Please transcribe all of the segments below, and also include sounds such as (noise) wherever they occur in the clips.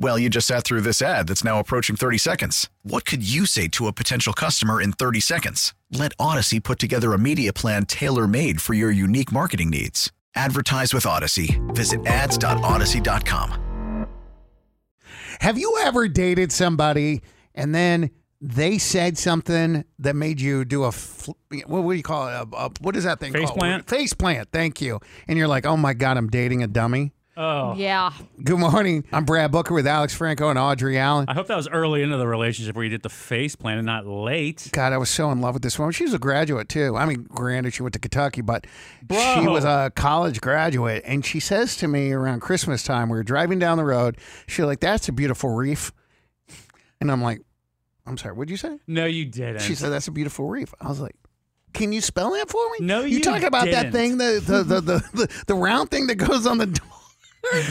Well, you just sat through this ad that's now approaching 30 seconds. What could you say to a potential customer in 30 seconds? Let Odyssey put together a media plan tailor made for your unique marketing needs. Advertise with Odyssey. Visit ads.odyssey.com. Have you ever dated somebody and then they said something that made you do a fl- what do you call it? A, a, what is that thing Face called? plant? Face plant. Thank you. And you're like, oh my god, I'm dating a dummy. Oh, Yeah. Good morning. I'm Brad Booker with Alex Franco and Audrey Allen. I hope that was early into the relationship where you did the face plan and not late. God, I was so in love with this woman. She's a graduate too. I mean, granted, she went to Kentucky, but she Bro. was a college graduate. And she says to me around Christmas time, we were driving down the road. She's like, "That's a beautiful reef," and I'm like, "I'm sorry, what'd you say?" No, you didn't. She said, "That's a beautiful reef." I was like, "Can you spell that for me?" No, you you talking about that didn't. thing, the the, the the the the round thing that goes on the door.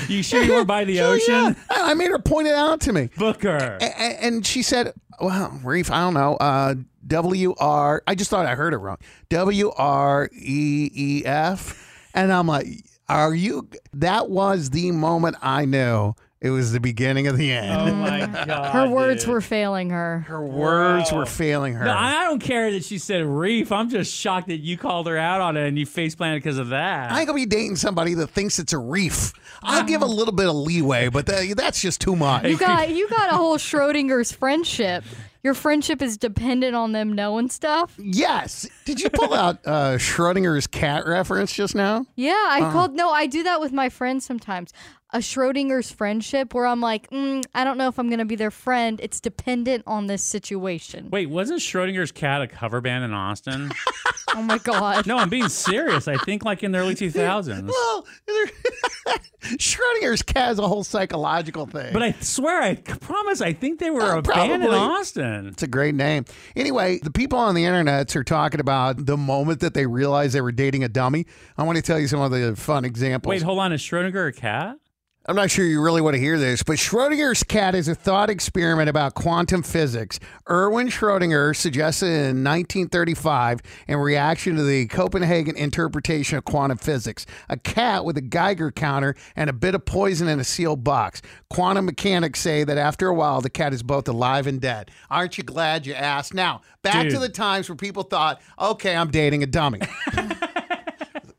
you sure you were (laughs) by the She's like, ocean? "Yeah." I I made her point it out to me, Booker. A- a- and she said, "Well, reef, I don't know." Uh, W R. I just thought I heard it wrong. W R E E F, and I'm like, "Are you?" That was the moment I knew it was the beginning of the end. Oh (laughs) my god. Her words dude. were failing her. her words Wow. were failing her. No, I I don't care that she said reef. I'm just shocked that you called her out on it and you face planted because of that. I ain't gonna be dating somebody that thinks it's a reef. I'll give a Mm. little bit of leeway, but tha- that's just too much. (laughs) You got you got a whole Schrodinger's friendship. Your friendship is dependent on them knowing stuff. yes. Did you pull out uh, Schrodinger's cat reference just now? Yeah, I Uh-huh. called. No, I do that with my friends sometimes. A Schrodinger's friendship, where I'm like, mm, I don't know if I'm gonna be their friend. It's dependent on this situation. Wait, wasn't Schrodinger's cat a cover band in Austin? (laughs) Oh my god. no, I'm being serious. I think like in the (laughs) early 2000s. Well, there- (laughs) Schrodinger's cat is a whole psychological thing. But I swear, I c- promise, I think they were Uh, a band in probably. Austin. It's a great name. Anyway, the people on the internets are talking about the moment that they realized they were dating a dummy. I want to tell you some of the fun examples. Wait, hold on. Is Schrodinger a cat? (laughs) I'm not sure you really want to hear this, but Schrodinger's cat is a thought experiment about quantum physics. Erwin Schrodinger suggested in 1935 in reaction to the Copenhagen interpretation of quantum physics a cat with a Geiger counter and a bit of poison in a sealed box. Quantum mechanics say that after a while, the cat is both alive and dead. Aren't you glad you asked? Now, back to Dude. the times where people thought, okay, I'm dating a dummy.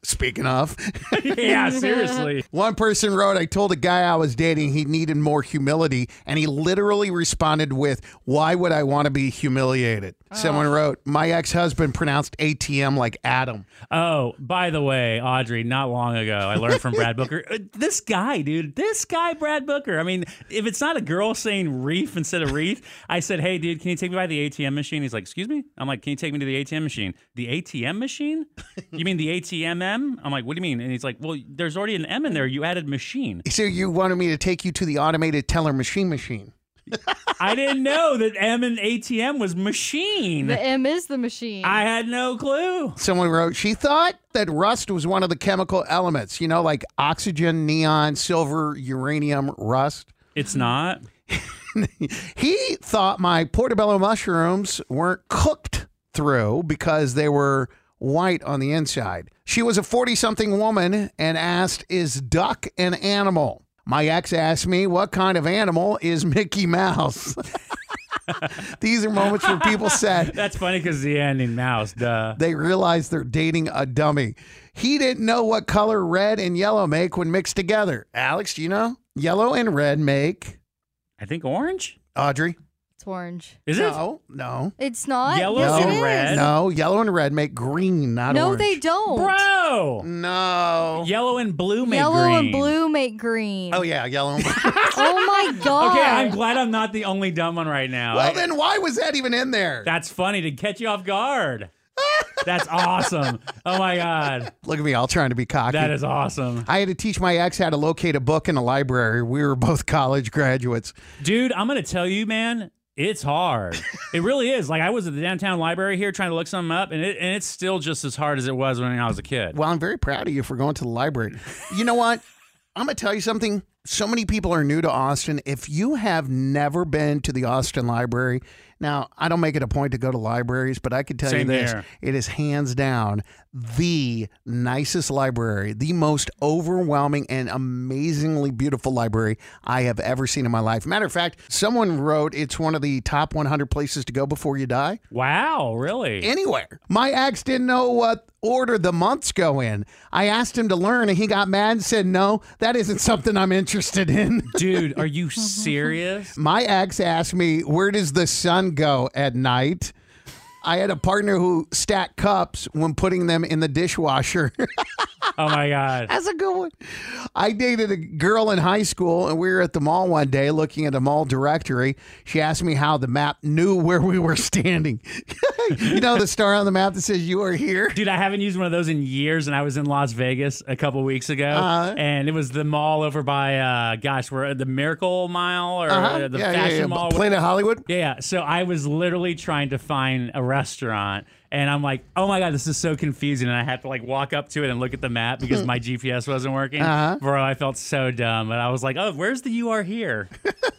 Speaking of. yeah, seriously. One person wrote, I told a guy I was dating he needed more humility, and he literally responded with, Why would I want to be humiliated? Someone wrote, My ex husband pronounced ATM like Adam. Oh, by the way, Audrey, not long ago, I learned from Brad Booker. uh, This guy, dude, this guy, Brad Booker. I mean, if it's not a girl saying reef (laughs) instead of wreath, I said, hey, dude, can you take me by the ATM machine? He's like, excuse me? I'm like, can you take me to the ATM machine? The ATM machine? You mean the ATMM? I'm like, what do you mean? And he's like, well, there's already an M in there. You added machine. So you wanted me to take you to the automated teller machine machine. I didn't know that M and ATM was machine. The M is the machine. I had no clue. Someone wrote, She thought that rust was one of the chemical elements, you know, like oxygen, neon, silver, uranium, rust. It's not. (laughs) He thought my portobello mushrooms weren't cooked through because they were white on the inside. She was a 40 something woman and asked, Is duck an animal? My ex asked me, What kind of animal is Mickey Mouse? (laughs) These are moments where people said That's funny because the ending mouse, duh. they realize they're dating a dummy. He didn't know what color red and yellow make when mixed together. Alex, do you know? Yellow and red make I think orange? Audrey. It's orange. Is it? No, no. It's not. Yellow yes, and it is. red? No, yellow and red make green, not No, orange. they don't. Bro! No. Yellow and blue make Yellow green. and blue make green. Oh yeah, yellow. (laughs) and Oh my god. Okay, I'm glad I'm not the only dumb one right now. well, then why was that even in there? That's funny to catch you off guard. That's awesome. Oh my god, Look at me, all trying to be cocky. that is awesome, I had to teach my ex how to locate a book in a library. We were both (laughs) college graduates. dude. I'm gonna tell you, man. It's hard. It really is. Like I was at the downtown library here trying to look something up, and it and it's still just as hard as it was when I was a kid. Well, I'm very proud of you for going to the library. You know what? I'm going to tell you something. So many people are new to Austin. If you have never been to the Austin Library, now I don't make it a point to go to libraries, but I can tell Same you this here. it is hands down the nicest library, the most overwhelming and amazingly beautiful library I have ever seen in my life. Matter of fact, someone wrote it's one of the top 100 places to go before you die Wow, really? anywhere. My ex didn't know what order the months go in. I asked him to learn, and he got mad and said, No, that isn't (laughs) something I'm interested in. (laughs) Dude, are you serious? My ex asked me, Where does the sun go at night? I had a partner who stacked cups when putting them in the dishwasher. (laughs) Oh my god. That's a good one. I dated a girl in high school, and we were at the mall one day looking at a mall directory. She asked me how the map knew where we were (laughs) standing. you know, the star on the map that says you are here? Dude, I haven't used one of those in years, and I was in Las Vegas a couple weeks ago, Uh-huh. and it was the mall over by, uh, gosh, where the Miracle Mile or Uh-huh. uh, the yeah, Fashion yeah, yeah. Mall, Planet Hollywood. Yeah, yeah. So I was literally trying to find a restaurant, and I'm like, "Oh my god, this is so confusing!" And I had to like walk up to it and look at the map Hmm. because my GPS wasn't working. Uh-huh. Bro, I felt so dumb, and I was like, "Oh, where's the you are here?"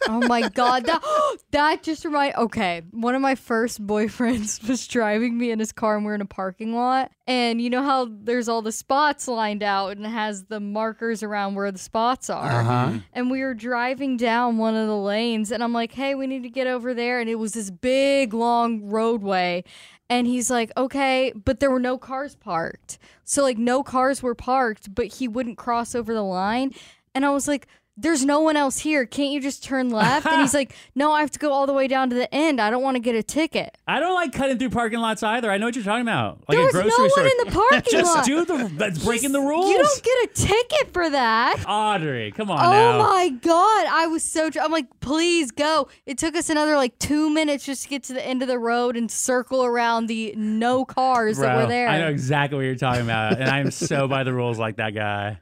Oh my god, that (gasps) that just remind. Okay, one of my first boyfriends (laughs) was driving me in his car, and we're in a parking lot. And you know how there's all the spots lined out, and it has the markers around where the spots are. And we were driving down one of the lanes, and I'm like, "Hey, we need to get over there." And it was this big long roadway, and he's like, "Okay," but there were no cars parked, so like no cars were parked, but he wouldn't cross over the line. And I was like, there's no one else here. Can't you just turn left? and he's like, no, I have to go all the way down to the end. I don't want to get a ticket. I don't like cutting through parking lots either. I know what you're talking about. Like there a was grocery no one store. in the (laughs) parking Just lot. do the that's breaking the rules. You don't get a ticket for that. Audrey, come on Oh now. my god! I was so dr- I'm like, please go. It took us another like two minutes just to get to the end of the road and circle around the no cars that Bro, were there. I know exactly what you're talking about, and I am so by the rules like that guy.